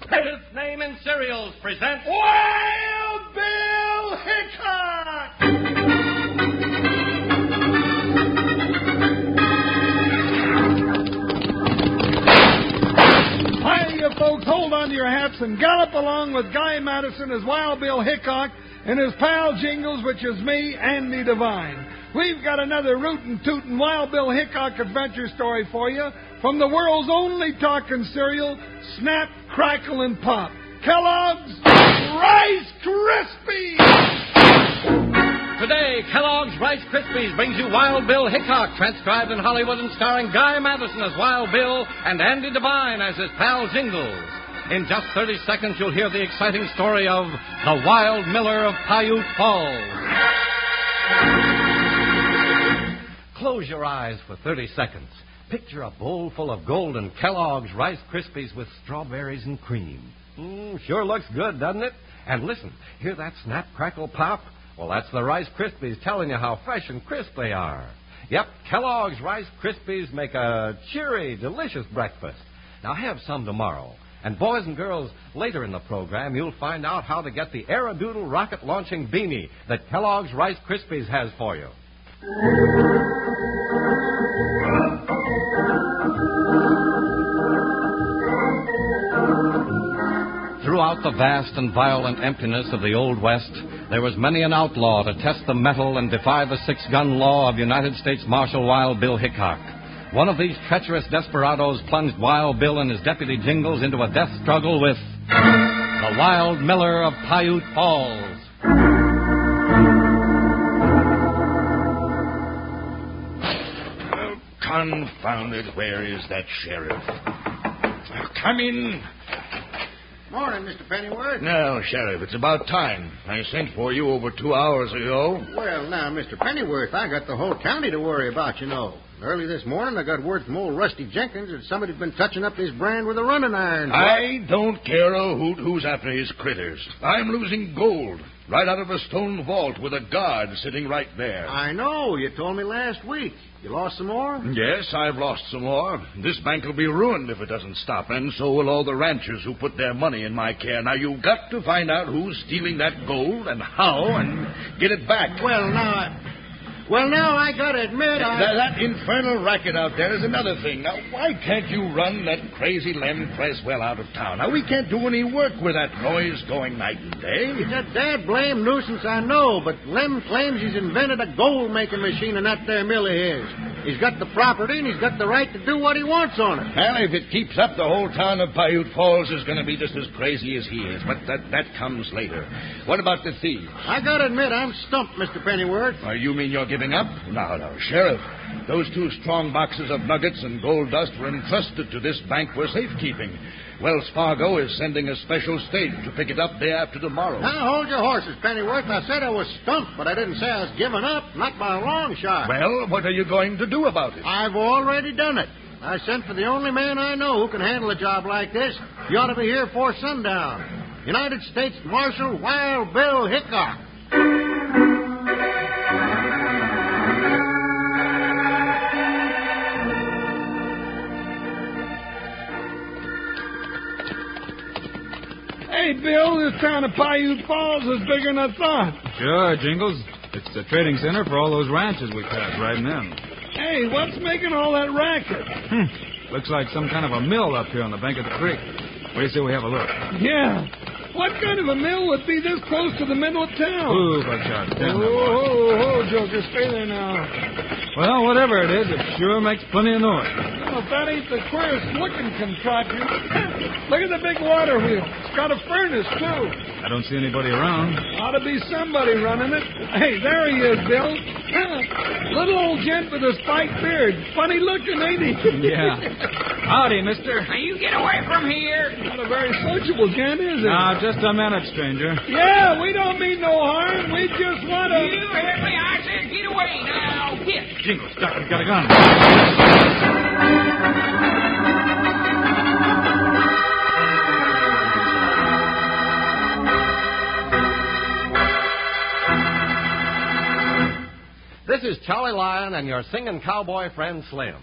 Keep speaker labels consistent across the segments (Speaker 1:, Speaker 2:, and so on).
Speaker 1: His name in serials presents
Speaker 2: Wild Bill Hickok! Hi, you folks. Hold on to your hats and gallop along with Guy Madison as Wild Bill Hickok and his pal Jingles, which is me, Andy Devine. We've got another rootin' tootin' Wild Bill Hickok adventure story for you from the world's only talking cereal, Snap, Crackle, and Pop. Kellogg's Rice Krispies!
Speaker 1: today. Kellogg's Rice Krispies brings you Wild Bill Hickok, transcribed in Hollywood and starring Guy Madison as Wild Bill and Andy Devine as his pal Jingles. In just 30 seconds, you'll hear the exciting story of the Wild Miller of Paiute Falls. Close your eyes for 30 seconds. Picture a bowl full of golden Kellogg's Rice Krispies with strawberries and cream. Mm, sure looks good, doesn't it? And listen, hear that snap, crackle, pop? Well, that's the Rice Krispies telling you how fresh and crisp they are. Yep, Kellogg's Rice Krispies make a cheery, delicious breakfast. Now have some tomorrow. And boys and girls, later in the program, you'll find out how to get the Aerodoodle rocket launching beanie that Kellogg's Rice Krispies has for you. Throughout the vast and violent emptiness of the Old West, there was many an outlaw to test the metal and defy the six gun law of United States Marshal Wild Bill Hickok. One of these treacherous desperadoes plunged Wild Bill and his deputy Jingles into a death struggle with the Wild Miller of Paiute Falls.
Speaker 3: Oh, confound it, where is that sheriff? Oh, Come in.
Speaker 4: Morning, Mr. Pennyworth.
Speaker 3: Now, Sheriff, it's about time. I sent for you over two hours ago.
Speaker 4: Well, now, Mr. Pennyworth, I got the whole county to worry about, you know. Early this morning, I got word from old Rusty Jenkins that somebody's been touching up his brand with a running iron.
Speaker 3: I don't care a hoot who's after his critters. I'm losing gold right out of a stone vault with a guard sitting right there.
Speaker 4: I know. You told me last week. You lost some more?
Speaker 3: Yes, I've lost some more. This bank will be ruined if it doesn't stop, and so will all the ranchers who put their money in my care. Now, you've got to find out who's stealing that gold and how and get it back.
Speaker 4: Well, now, I... Well, now, I gotta admit, I...
Speaker 3: That, that infernal racket out there is another thing. Now, why can't you run that crazy Lem Creswell out of town? Now, we can't do any work with that noise going night and day.
Speaker 4: That dad blame nuisance, I know, but Lem claims he's invented a gold making machine in that there mill of his. He's got the property and he's got the right to do what he wants on it.
Speaker 3: And if it keeps up, the whole town of Paiute Falls is going to be just as crazy as he is. But that, that comes later. What about the thief?
Speaker 4: I gotta admit, I'm stumped, Mr. Pennyworth.
Speaker 3: Uh, you mean you're giving up? No, no, Sheriff. Those two strong boxes of nuggets and gold dust were entrusted to this bank for safekeeping. Wells Fargo is sending a special stage to pick it up day after tomorrow.
Speaker 4: Now, hold your horses, Pennyworth. I said I was stumped, but I didn't say I was giving up. Not by a long shot.
Speaker 3: Well, what are you going to do about it?
Speaker 4: I've already done it. I sent for the only man I know who can handle a job like this. You ought to be here before sundown. United States Marshal Wild Bill Hickok.
Speaker 2: Hey, Bill, this town of Paiute Falls is bigger than I thought.
Speaker 5: Sure, Jingles. It's the trading center for all those ranches we pass riding in.
Speaker 2: Hey, what's making all that racket?
Speaker 5: Hmm. Looks like some kind of a mill up here on the bank of the creek. What do you say we have a look?
Speaker 2: Yeah. What kind of a mill would be this close to the middle of town?
Speaker 5: Ooh, Buckshot.
Speaker 2: Oh,
Speaker 5: stand up.
Speaker 2: oh, oh, Joker, stay there now.
Speaker 5: Well, whatever it is, it sure makes plenty of noise.
Speaker 2: Well, if that ain't the queerest looking contraption. Look at the big water wheel. It's got a furnace, too.
Speaker 5: I don't see anybody around.
Speaker 2: Ought to be somebody running it. Hey, there he is, Bill. Little old gent with a spiked beard. Funny looking, ain't he?
Speaker 5: Yeah. Howdy, mister.
Speaker 2: Not a very sociable gent, is he?
Speaker 5: Now, Ah, just a minute, stranger.
Speaker 2: yeah, we don't mean no harm. We just want to.
Speaker 6: You heard me. I said get away now. Get.
Speaker 5: Jingles, duck, I've got a gun.
Speaker 1: This is Charlie Lyon and your singing cowboy friend Slim.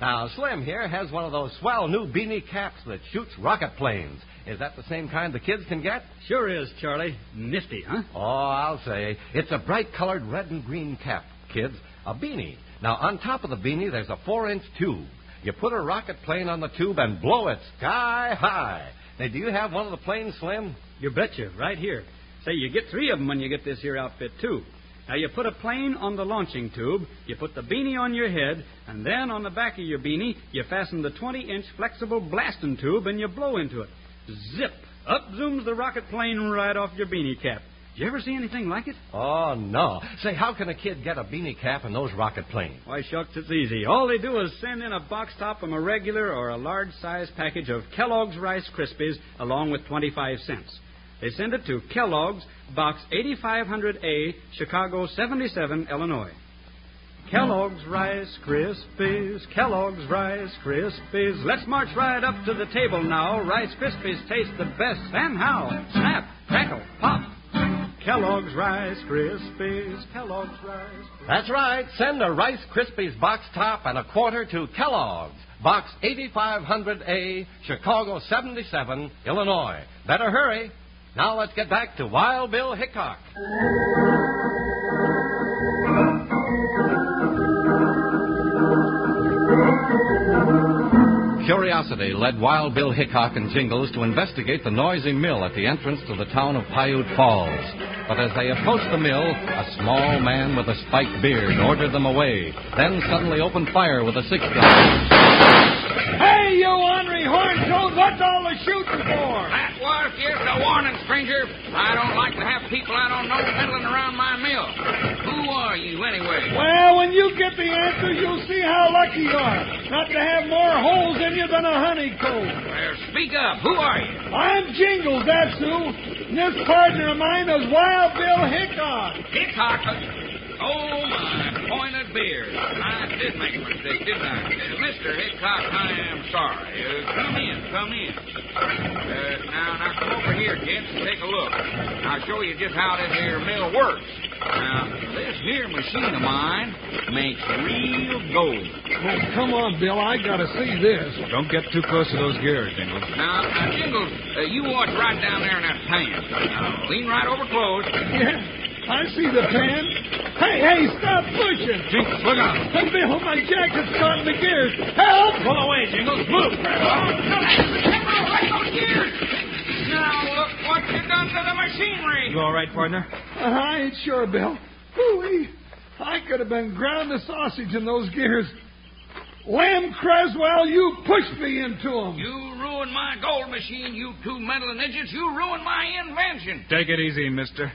Speaker 1: Now, Slim here has one of those swell new beanie caps that shoots rocket planes. Is that the same kind the kids can get?
Speaker 7: Sure is, Charlie. Nifty, huh?
Speaker 1: Oh, I'll say. It's a bright colored red and green cap, kids. A beanie. Now, on top of the beanie, there's a four inch tube. You put a rocket plane on the tube and blow it sky high. Now, do you have one of the planes, Slim?
Speaker 7: You betcha, right here. Say, you get three of them when you get this here outfit, too. Now, you put a plane on the launching tube, you put the beanie on your head, and then on the back of your beanie, you fasten the 20 inch flexible blasting tube and you blow into it. Zip! Up zooms the rocket plane right off your beanie cap. Did you ever see anything like it?
Speaker 1: Oh, no. Say, how can a kid get a beanie cap and those rocket planes?
Speaker 7: Why, shucks, it's easy. All they do is send in a box top from a regular or a large size package of Kellogg's Rice Krispies along with 25 cents. They send it to Kellogg's, Box 8500A, Chicago 77, Illinois. Kellogg's Rice Krispies, Kellogg's Rice Krispies. Let's march right up to the table now. Rice Krispies taste the best. And how? Snap, crackle, pop. Kellogg's Rice Krispies, Kellogg's Rice
Speaker 1: That's right. Send a Rice Krispies box top and a quarter to Kellogg's, Box 8500A, Chicago 77, Illinois. Better hurry. Now let's get back to Wild Bill Hickok. Curiosity led Wild Bill Hickok and Jingles to investigate the noisy mill at the entrance to the town of Piute Falls. But as they approached the mill, a small man with a spiked beard ordered them away, then suddenly opened fire with a six gun.
Speaker 2: Hey, you ornery horn toad, what's all the shooting for?
Speaker 6: That was just a warning, stranger. I don't like to have people I don't know meddling around my mill. Who are you, anyway?
Speaker 2: Well, when you get the answers, you'll see how lucky you are not to have more holes in you than a honeycomb.
Speaker 6: Well, speak up. Who are you?
Speaker 2: I'm Jingles, that's who. And this partner of mine is Wild Bill Hickok.
Speaker 6: Hickok. Oh, my pointed beard. I did make a mistake, didn't I? Uh, Mr. Hickok, I am sorry. Uh, come in, come in. Uh, now, now, come over here, kids, and take a look. I'll show you just how this here mill works. Now, this here machine of mine makes real gold.
Speaker 2: Oh, come on, Bill, I gotta see this.
Speaker 5: Don't get too close to those gears, Jingles.
Speaker 6: Now, now Jingles, uh, you watch right down there in that pan. Now, lean right over close.
Speaker 2: Yeah, I see the pan. Hey, hey, stop pushing.
Speaker 5: Jingles, look out.
Speaker 2: Hey, Bill, my jacket's caught in the gears. Help! Oh,
Speaker 5: Pull away, Jingles. Move.
Speaker 6: Now, look what you done to the machinery.
Speaker 5: You all right, partner?
Speaker 2: Uh-huh, I ain't sure, Bill. Ooh-wee. I could have been ground to sausage in those gears. Lamb Creswell, you pushed me into them.
Speaker 6: You ruined my gold machine, you two meddling idiots. You ruined my invention.
Speaker 5: Take it easy, mister.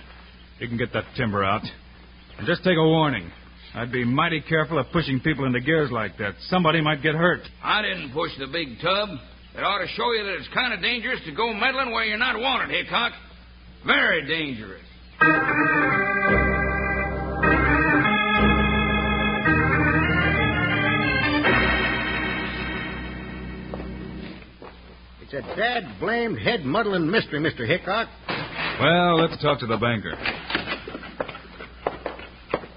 Speaker 5: You can get that timber out. And just take a warning. I'd be mighty careful of pushing people into gears like that. Somebody might get hurt.
Speaker 6: I didn't push the big tub. It ought to show you that it's kind of dangerous to go meddling where you're not wanted, Hickok. Very dangerous.
Speaker 4: It's a dad blamed head muddling mystery, Mr. Hickok.
Speaker 5: Well, let's talk to the banker.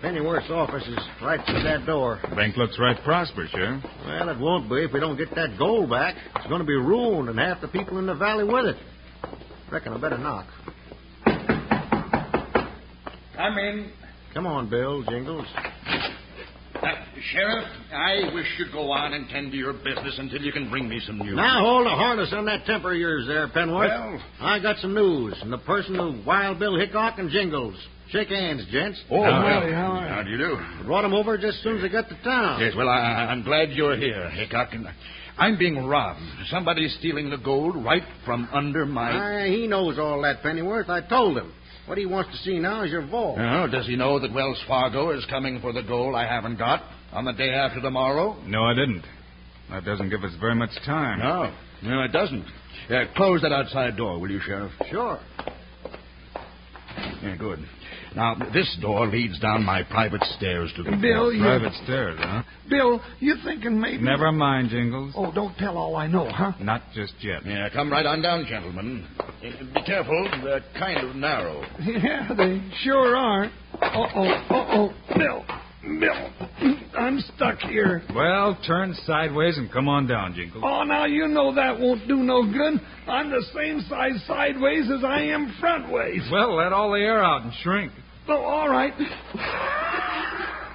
Speaker 4: Penny worse office is right through that door.
Speaker 5: The bank looks right prosperous, Sheriff.
Speaker 4: Well, it won't be if we don't get that gold back. It's going to be ruined and half the people in the valley with it. Reckon I better knock.
Speaker 8: Come in.
Speaker 4: Come on, Bill, Jingles.
Speaker 3: Uh, Sheriff, I wish you'd go on and tend to your business until you can bring me some news.
Speaker 4: Now hold the harness on that temper of yours there, Penworth.
Speaker 3: Well-
Speaker 4: I got some news in the person of Wild Bill Hickok and Jingles. Shake hands, gents.
Speaker 3: Oh,
Speaker 5: How
Speaker 3: well.
Speaker 5: are
Speaker 2: you? How are you?
Speaker 3: How do you do?
Speaker 4: Brought 'em over just as soon as I got to town.
Speaker 3: Yes, well, I, I'm glad you're here, Hickok. And I'm being robbed. Somebody's stealing the gold right from under my.
Speaker 4: Ah, he knows all that, Pennyworth. I told him. What he wants to see now is your vault.
Speaker 3: Oh, does he know that Wells Fargo is coming for the gold I haven't got on the day after tomorrow?
Speaker 5: No, I didn't. That doesn't give us very much time.
Speaker 3: No, no, it doesn't. Yeah, close that outside door, will you, Sheriff?
Speaker 4: Sure.
Speaker 3: Yeah, good. Now, this door leads down my private stairs to the.
Speaker 2: Bill, you,
Speaker 5: Private stairs, huh?
Speaker 2: Bill, you thinking maybe?
Speaker 5: Never mind, Jingles.
Speaker 2: Oh, don't tell all I know, huh?
Speaker 5: Not just yet.
Speaker 3: Yeah, come right on down, gentlemen. Uh, Be careful, they're kind of narrow.
Speaker 2: Yeah, they sure are. Uh oh, uh oh, Bill. Bill, I'm stuck here.
Speaker 5: Well, turn sideways and come on down, Jingles.
Speaker 2: Oh, now you know that won't do no good. I'm the same size sideways as I am frontways.
Speaker 5: Well, let all the air out and shrink.
Speaker 2: Oh, all right.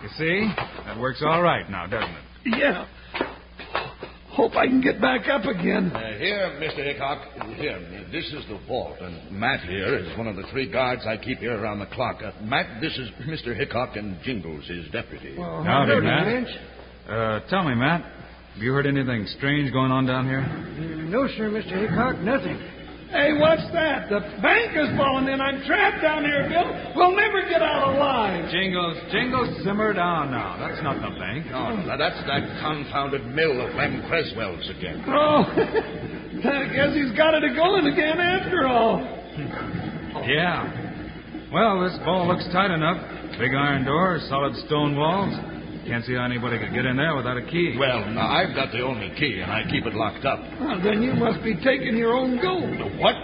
Speaker 5: You see? That works all right now, doesn't it?
Speaker 2: Yeah. Hope I can get back up again.
Speaker 9: Uh, here, Mr. Hickok. Here, this is the vault, and Matt here is one of the three guards I keep here around the clock. Uh, Matt, this is Mr. Hickok, and Jingles, his deputy.
Speaker 5: Howdy, Matt. Uh, tell me, Matt, have you heard anything strange going on down here?
Speaker 4: No, sir, Mr. Hickok, nothing.
Speaker 2: Hey, what's that? The bank is falling in. I'm trapped down here, Bill. We'll never get out alive.
Speaker 5: Jingles, Jingles, simmer down now. That's not the bank.
Speaker 9: Oh, now that's that confounded mill of Lem Creswell's again.
Speaker 2: Oh, I guess he's got it going again after all.
Speaker 5: Yeah. Well, this ball looks tight enough. Big iron door, solid stone walls. Can't see how anybody could get in there without a key.
Speaker 9: Well, now I've got the only key, and I keep it locked up.
Speaker 2: Well, then you must be taking your own gold.
Speaker 9: What?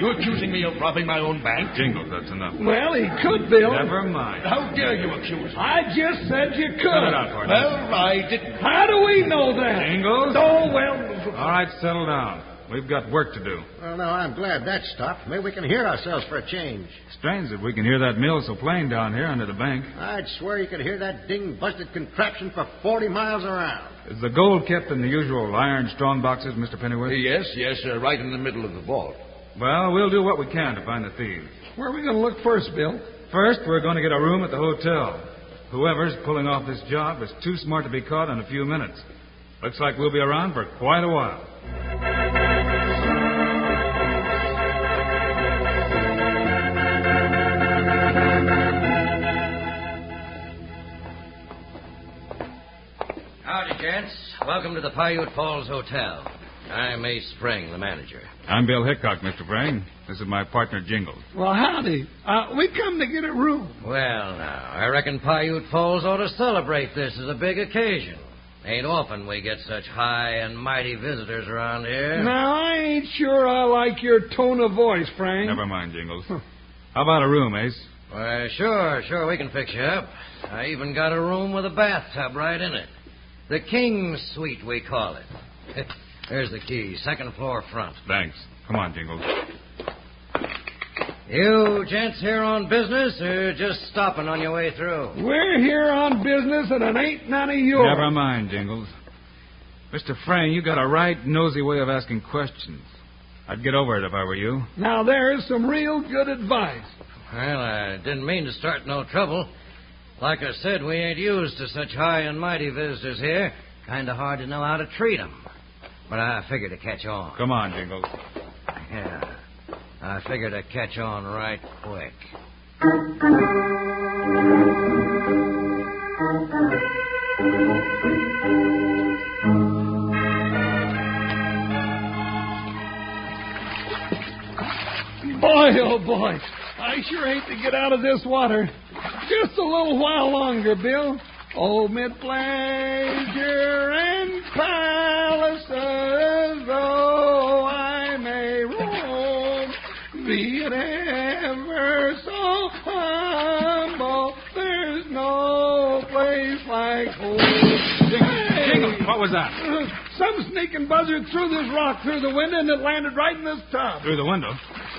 Speaker 9: You're accusing me of robbing my own bank?
Speaker 5: Jingles, that's enough.
Speaker 2: Well, he could, Bill.
Speaker 5: Never mind.
Speaker 9: How dare you accuse me?
Speaker 2: I just said you
Speaker 5: Cut it
Speaker 2: could.
Speaker 5: out for now.
Speaker 9: Well, I didn't.
Speaker 2: How do we know that?
Speaker 5: Jingles?
Speaker 2: Oh, well,
Speaker 5: All right, settle down. We've got work to do.
Speaker 4: Well, now, I'm glad that stopped. Maybe we can hear ourselves for a change.
Speaker 5: Strange that we can hear that mill so plain down here under the bank.
Speaker 4: I'd swear you could hear that ding-busted contraption for 40 miles around.
Speaker 5: Is the gold kept in the usual iron strong boxes, Mr. Pennyworth?
Speaker 9: Yes, yes, sir, right in the middle of the vault.
Speaker 5: Well, we'll do what we can to find the thieves.
Speaker 2: where are we going to look first, Bill?
Speaker 5: First, we're going to get a room at the hotel. Whoever's pulling off this job is too smart to be caught in a few minutes. Looks like we'll be around for quite a while.
Speaker 1: Howdy, gents. Welcome to the Paiute Falls Hotel. I'm Ace Spring, the manager.
Speaker 5: I'm Bill Hickok, Mr. Frang. This is my partner, Jingles.
Speaker 2: Well, howdy. Uh, we come to get a room.
Speaker 1: Well, now, I reckon Paiute Falls ought to celebrate this as a big occasion. Ain't often we get such high and mighty visitors around here.
Speaker 2: Now, I ain't sure I like your tone of voice, Frank.
Speaker 5: Never mind, Jingles. How about a room, Ace?
Speaker 1: Why, sure, sure, we can fix you up. I even got a room with a bathtub right in it. The King's Suite, we call it. There's the key, second floor front.
Speaker 5: Thanks. Come on, Jingles.
Speaker 1: You gents here on business or just stopping on your way through?
Speaker 2: We're here on business and it ain't none of yours.
Speaker 5: Never mind, Jingles. Mr. Frang, you got a right nosy way of asking questions. I'd get over it if I were you.
Speaker 2: Now, there's some real good advice.
Speaker 1: Well, I didn't mean to start no trouble. Like I said, we ain't used to such high and mighty visitors here. Kind of hard to know how to treat 'em. But I figured to catch on.
Speaker 5: Come on, Jingles.
Speaker 1: Yeah. I figured to catch on right quick.
Speaker 2: Boy, oh boy, I sure hate to get out of this water. Just a little while longer, Bill. Oh, mid pleasure and palaces, though I may roam, be it ever so humble, there's no place like home. Hey!
Speaker 5: Jingles, what was that?
Speaker 2: Some sneaking buzzard threw this rock through the window and it landed right in this tub.
Speaker 5: Through the window.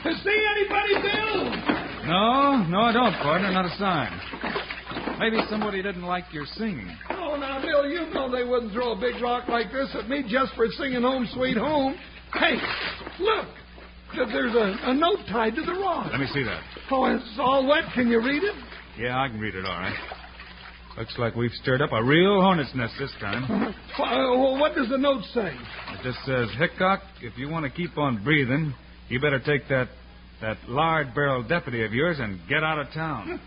Speaker 2: See anybody, Bill?
Speaker 5: No, no, I don't, partner. Not a sign. Maybe somebody didn't like your singing.
Speaker 2: Oh, now, Bill, you know they wouldn't throw a big rock like this at me just for singing Home Sweet Home. Hey, look. th- There's a, a note tied to the rock.
Speaker 5: Let me see that.
Speaker 2: Oh, it's all wet. Can you read it?
Speaker 5: Yeah, I can read it all right. Looks like we've stirred up a real hornet's nest this time.
Speaker 2: Wh- uh, wh- What does the note say?
Speaker 5: It just says, Hickok, if you want to keep on breathing, you better take that that lard barrel deputy of yours and get out of town.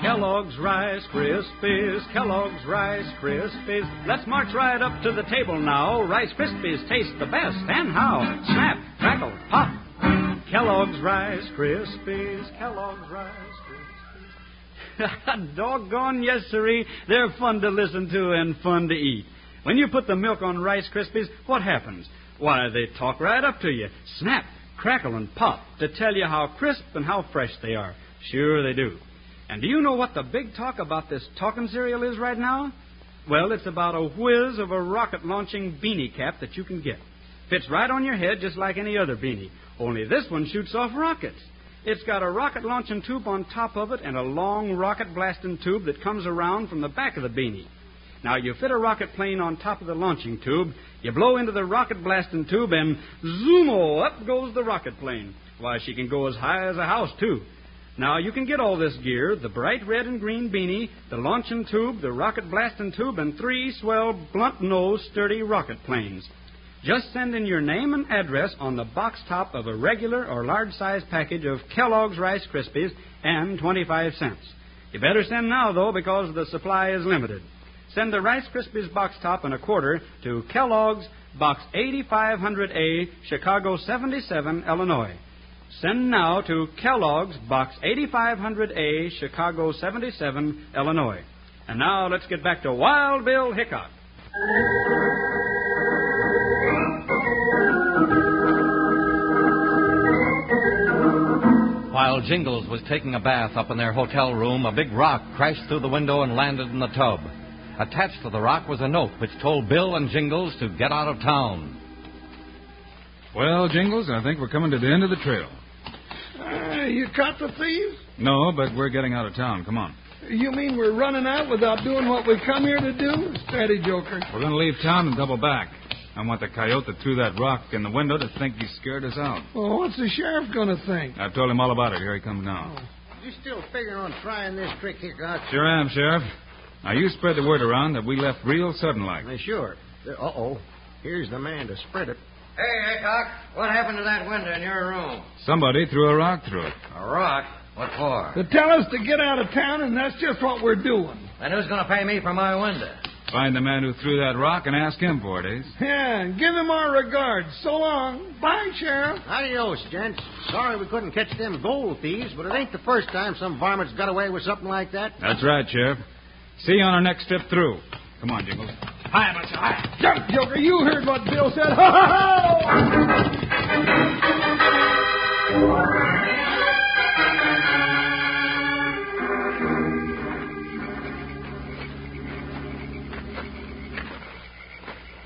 Speaker 7: Kellogg's Rice Krispies, Kellogg's Rice Krispies. Let's march right up to the table now. Rice Krispies taste the best, and how? Snap, crackle, pop. Kellogg's Rice Krispies, Kellogg's Rice Krispies. Doggone yes, siree. They're fun to listen to and fun to eat. When you put the milk on Rice Krispies, what happens? Why, they talk right up to you, snap, crackle, and pop, to tell you how crisp and how fresh they are. Sure they do. And do you know what the big talk about this talking cereal is right now? Well, it's about a whiz of a rocket launching beanie cap that you can get. Fits right on your head just like any other beanie, only this one shoots off rockets. It's got a rocket launching tube on top of it and a long rocket blasting tube that comes around from the back of the beanie. Now, you fit a rocket plane on top of the launching tube, you blow into the rocket blasting tube, and zoomo, up goes the rocket plane. Why, she can go as high as a house, too. Now, you can get all this gear the bright red and green beanie, the launching tube, the rocket blasting tube, and three swell, blunt nosed, sturdy rocket planes. Just send in your name and address on the box top of a regular or large size package of Kellogg's Rice Krispies and 25 cents. You better send now, though, because the supply is limited. Send the Rice Krispies box top and a quarter to Kellogg's, Box 8500A, Chicago 77, Illinois. Send now to Kellogg's, Box 8500A, Chicago 77, Illinois. And now let's get back to Wild Bill Hickok.
Speaker 1: While Jingles was taking a bath up in their hotel room, a big rock crashed through the window and landed in the tub. Attached to the rock was a note which told Bill and Jingles to get out of town.
Speaker 5: Well, Jingles, I think we're coming to the end of the trail.
Speaker 2: Uh, you caught the thieves?
Speaker 5: No, but we're getting out of town. Come on.
Speaker 2: You mean we're running out without doing what we come here to do? Steady, Joker.
Speaker 5: We're going to leave town and double back. I want the coyote that threw that rock in the window to think he scared us out.
Speaker 2: Well, Oh, what's the sheriff going to think?
Speaker 5: I've told him all about it. Here he comes now.
Speaker 4: Oh, You still figuring on trying this trick, Hickok?
Speaker 5: Sure am, Sheriff. Now, you spread the word around that we left real sudden like.
Speaker 4: Uh, Sure. Uh oh. Here's the man to spread it.
Speaker 8: Hey, Hickok, what happened to that window in your room?
Speaker 5: Somebody threw a rock through it.
Speaker 8: A rock? What for?
Speaker 2: To tell us to get out of town, and that's just what we're doing.
Speaker 8: And who's going to pay me for my window?
Speaker 5: Find the man who threw that rock and ask him for it, Ace.
Speaker 2: Yeah, give him our regards. So long. Bye, Sheriff.
Speaker 4: Adios, gents. Sorry we couldn't catch them gold thieves, but it ain't the first time some varmints got away with something like that.
Speaker 5: That's right, Sheriff. See you on our next trip through. Come on, Jingles.
Speaker 2: Ah, Jump, Joker. You heard what Bill said. Ho, ho, ho!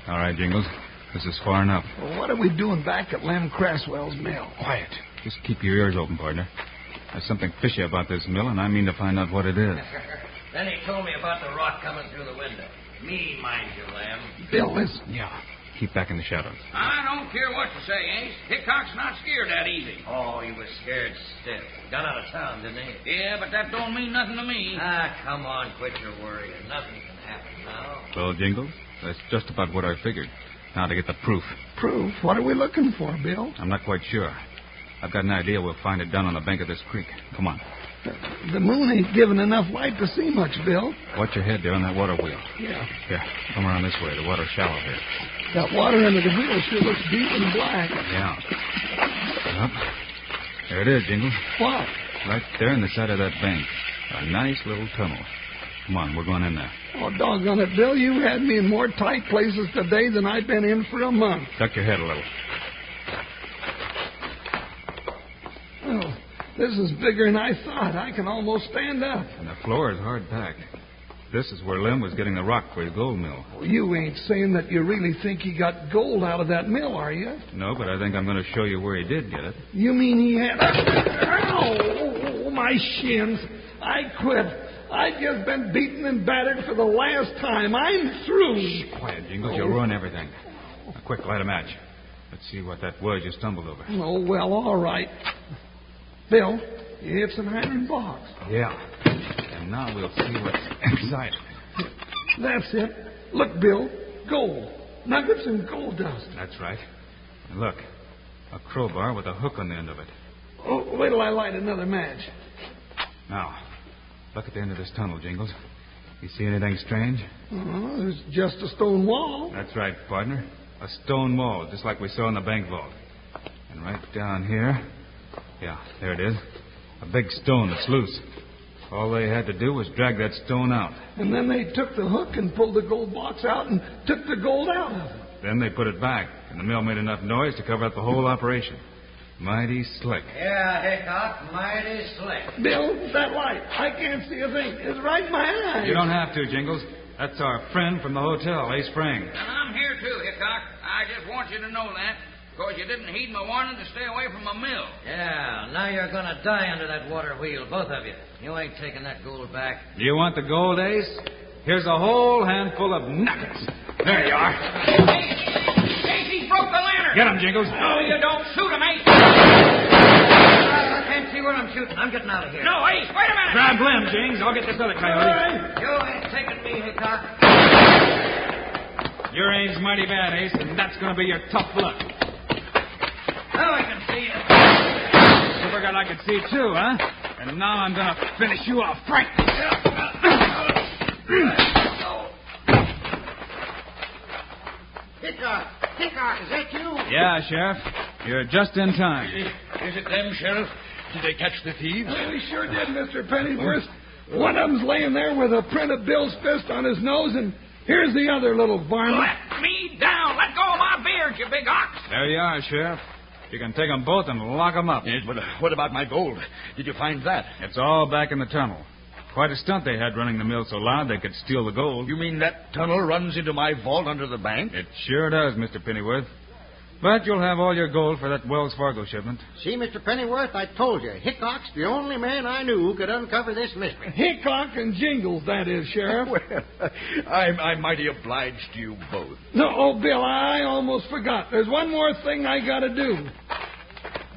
Speaker 5: All right, Jingles. This is far enough.
Speaker 2: Well, what are we doing back at Lem Craswell's mill?
Speaker 5: Quiet. Just keep your ears open, partner. There's something fishy about this mill, and I mean to find out what it is.
Speaker 8: Then he told me about the rock coming through the window. Me, mind you, Lamb.
Speaker 2: Bill, listen.
Speaker 5: Yeah. Keep back in the shadows.
Speaker 6: I don't care what you say, Ace. Hickok's not scared that easy.
Speaker 8: Oh, he was scared stiff. Got out of town, didn't he?
Speaker 6: Yeah, but that don't mean nothing to me.
Speaker 8: Ah, come on, quit your worrying. Nothing can happen now.
Speaker 5: Well, Jingles, that's just about what I figured. Now to get the proof.
Speaker 2: Proof. What are we looking for, Bill?
Speaker 5: I'm not quite sure. I've got an idea we'll find it down on the bank of this creek. Come on.
Speaker 2: The- The moon ain't giving enough light to see much, Bill.
Speaker 5: Watch your head there on that water wheel.
Speaker 2: Yeah.
Speaker 5: Here, come around this way. The water's shallow here.
Speaker 2: That water under the wheel sure looks deep and black.
Speaker 5: Yeah. Yep. There it is, Jingles.
Speaker 2: What?
Speaker 5: Right there in the side of that bank. A nice little tunnel. Come on, we're going in there.
Speaker 2: Oh, doggone it, Bill. You had me in more tight places today than I've been in for a month.
Speaker 5: Duck your head a little.
Speaker 2: Oh, this is bigger than I thought. I can almost stand up.
Speaker 5: And the floor is hard packed. This is where Lem was getting the rock for his gold mill.
Speaker 2: You ain't saying that you really think he got gold out of that mill, are you?
Speaker 5: No, but I think I'm going to show you where he did get it.
Speaker 2: You mean he had. Ow! Oh, my shins. I quit. I've just been beaten and battered for the last time. I'm through.
Speaker 5: Quiet, Jingles. You'll ruin everything. Now, quick, light a match. Let's see what that was you stumbled over.
Speaker 2: Oh, well, all right. Bill, it's an iron box.
Speaker 5: Yeah. And now we'll see what's inside.
Speaker 2: That's it. Look, Bill, gold. Nuggets and gold dust.
Speaker 5: That's right. And look, a crowbar with a hook on the end of it.
Speaker 2: Oh, wait till I light another match.
Speaker 5: Now, look at the end of this tunnel, Jingles. You see anything strange?
Speaker 2: Oh, there's just a stone wall.
Speaker 5: That's right, partner. A stone wall, just like we saw in the bank vault. And right down here, yeah, there it is. A big stone that's loose. All they had to do was drag that stone out.
Speaker 2: And then they took the hook and pulled the gold box out and took the gold out of it.
Speaker 5: Then they put it back, and the mill made enough noise to cover up the whole operation. Mighty slick.
Speaker 8: Yeah, Hickok, mighty slick.
Speaker 2: Bill, that light. I can't see a thing. It's right in my eyes.
Speaker 5: You don't have to, Jingles. That's our friend from the hotel, Ace Spring.
Speaker 6: And I'm here too, Hickok. I just want you to know that, because you didn't heed my warning to stay away from my mill.
Speaker 8: Yeah, now you're gonna die under that water wheel, both of you. You ain't taking that gold back.
Speaker 5: You want the gold, Ace? Here's a whole handful of nuggets. There you are.
Speaker 6: Casey broke the lantern.
Speaker 5: Get 'em, Jingles.
Speaker 6: No, you don't shoot him, Ace.
Speaker 8: I can't see where I'm shooting. I'm getting out of here.
Speaker 6: No, Ace. Wait a minute.
Speaker 5: Grab Lem, Jings. I'll get this other coyote.
Speaker 8: You ain't taking me, Hickok.
Speaker 5: Your aim's mighty bad, Ace, and that's going to be your tough luck.
Speaker 8: Now I can see you.
Speaker 5: You forgot I could see too, huh? And now I'm going to finish you off, Frank.
Speaker 4: Hickok! Hickok, is that you?
Speaker 5: Yeah, Sheriff. You're just in time.
Speaker 3: Is it them, Sheriff? Did they catch the thieves?
Speaker 2: Well, he sure did, Mr. Pennyworth. One of them's laying there with a print of Bill's fist on his nose, and here's the other little varmint.
Speaker 6: Let me down. Let go of my beard, you big ox.
Speaker 5: There you are, Sheriff. You can take 'em both and lock 'em up.
Speaker 3: Yes, but uh, what about my gold? Did you find that?
Speaker 5: It's all back in the tunnel. Quite a stunt they had running the mill so loud they could steal the gold.
Speaker 3: You mean that tunnel runs into my vault under the bank?
Speaker 5: It sure does, Mr. Pennyworth. But you'll have all your gold for that Wells Fargo shipment.
Speaker 4: See, Mr. Pennyworth, I told you, Hickok's the only man I knew who could uncover this mystery.
Speaker 2: Hickok and Jingles, that is, Sheriff.
Speaker 3: Well, I'm, I'm mighty obliged to you both.
Speaker 2: No, oh, Bill, I almost forgot. There's one more thing I gotta do.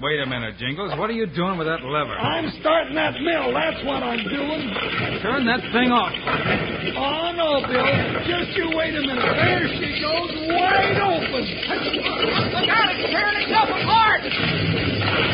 Speaker 5: Wait a minute, Jingles. What are you doing with that lever?
Speaker 2: I'm starting that mill. That's what I'm doing.
Speaker 5: Turn that thing off.
Speaker 2: Oh, no, Bill. Just you wait a minute. There she goes, wide open.
Speaker 6: Look out. It's tearing itself apart.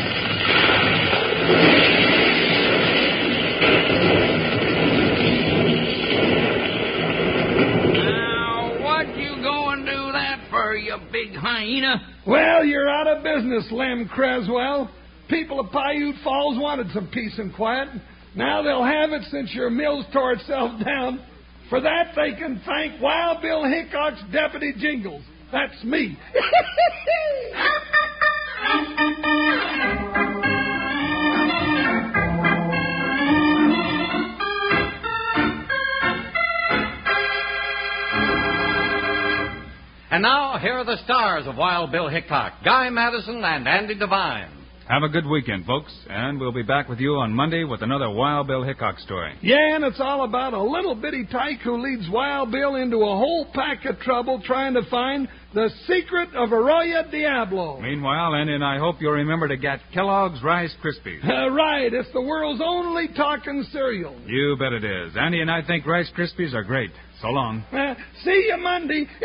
Speaker 6: Now, what you going to do that for, you big hyena?
Speaker 2: Well, you're out of business, Lem Creswell. People of Paiute Falls wanted some peace and quiet. Now they'll have it since your mill's tore itself down. For that, they can thank Wild Bill Hickok's deputy Jingles. That's me.
Speaker 1: And now, here are the stars of Wild Bill Hickok Guy Madison and Andy Devine.
Speaker 5: Have a good weekend, folks, and we'll be back with you on Monday with another Wild Bill Hickok story.
Speaker 2: yeah, and it's all about a little bitty tyke who leads Wild Bill into a whole pack of trouble trying to find the secret of Arroyo Diablo.
Speaker 5: Meanwhile, Andy and I hope you'll remember to get Kellogg's Rice Krispies.
Speaker 2: Uh, right, it's the world's only talking cereal.
Speaker 5: You bet it is. Andy and I think Rice Krispies are great. So long.
Speaker 2: Uh, see you Monday.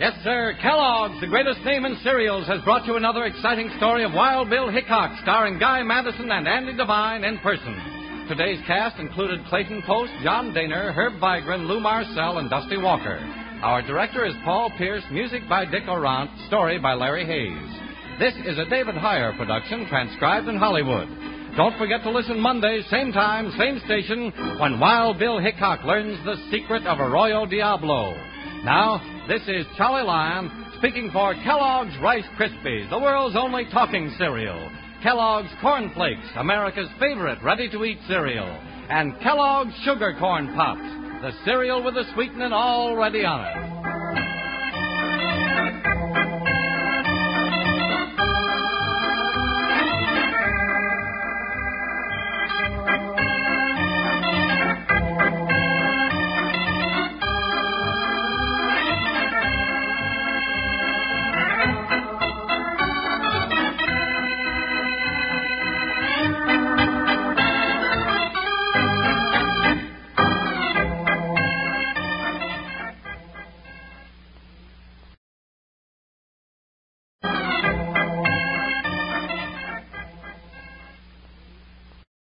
Speaker 1: Yes, sir. Kellogg's, the greatest name in cereals, has brought you another exciting story of Wild Bill Hickok, starring Guy Madison and Andy Devine in person. Today's cast included Clayton Post, John Daner, Herb Vigran, Lou Marcel, and Dusty Walker. Our director is Paul Pierce, music by Dick Orant, story by Larry Hayes. This is a David Heyer production, transcribed in Hollywood. Don't forget to listen Monday, same time, same station, when Wild Bill Hickok learns the secret of Arroyo Diablo. Now, this is Charlie Lyon speaking for Kellogg's Rice Krispies, the world's only talking cereal. Kellogg's Corn Flakes, America's favorite ready to eat cereal. And Kellogg's Sugar Corn Pops, the cereal with the sweetening already on it.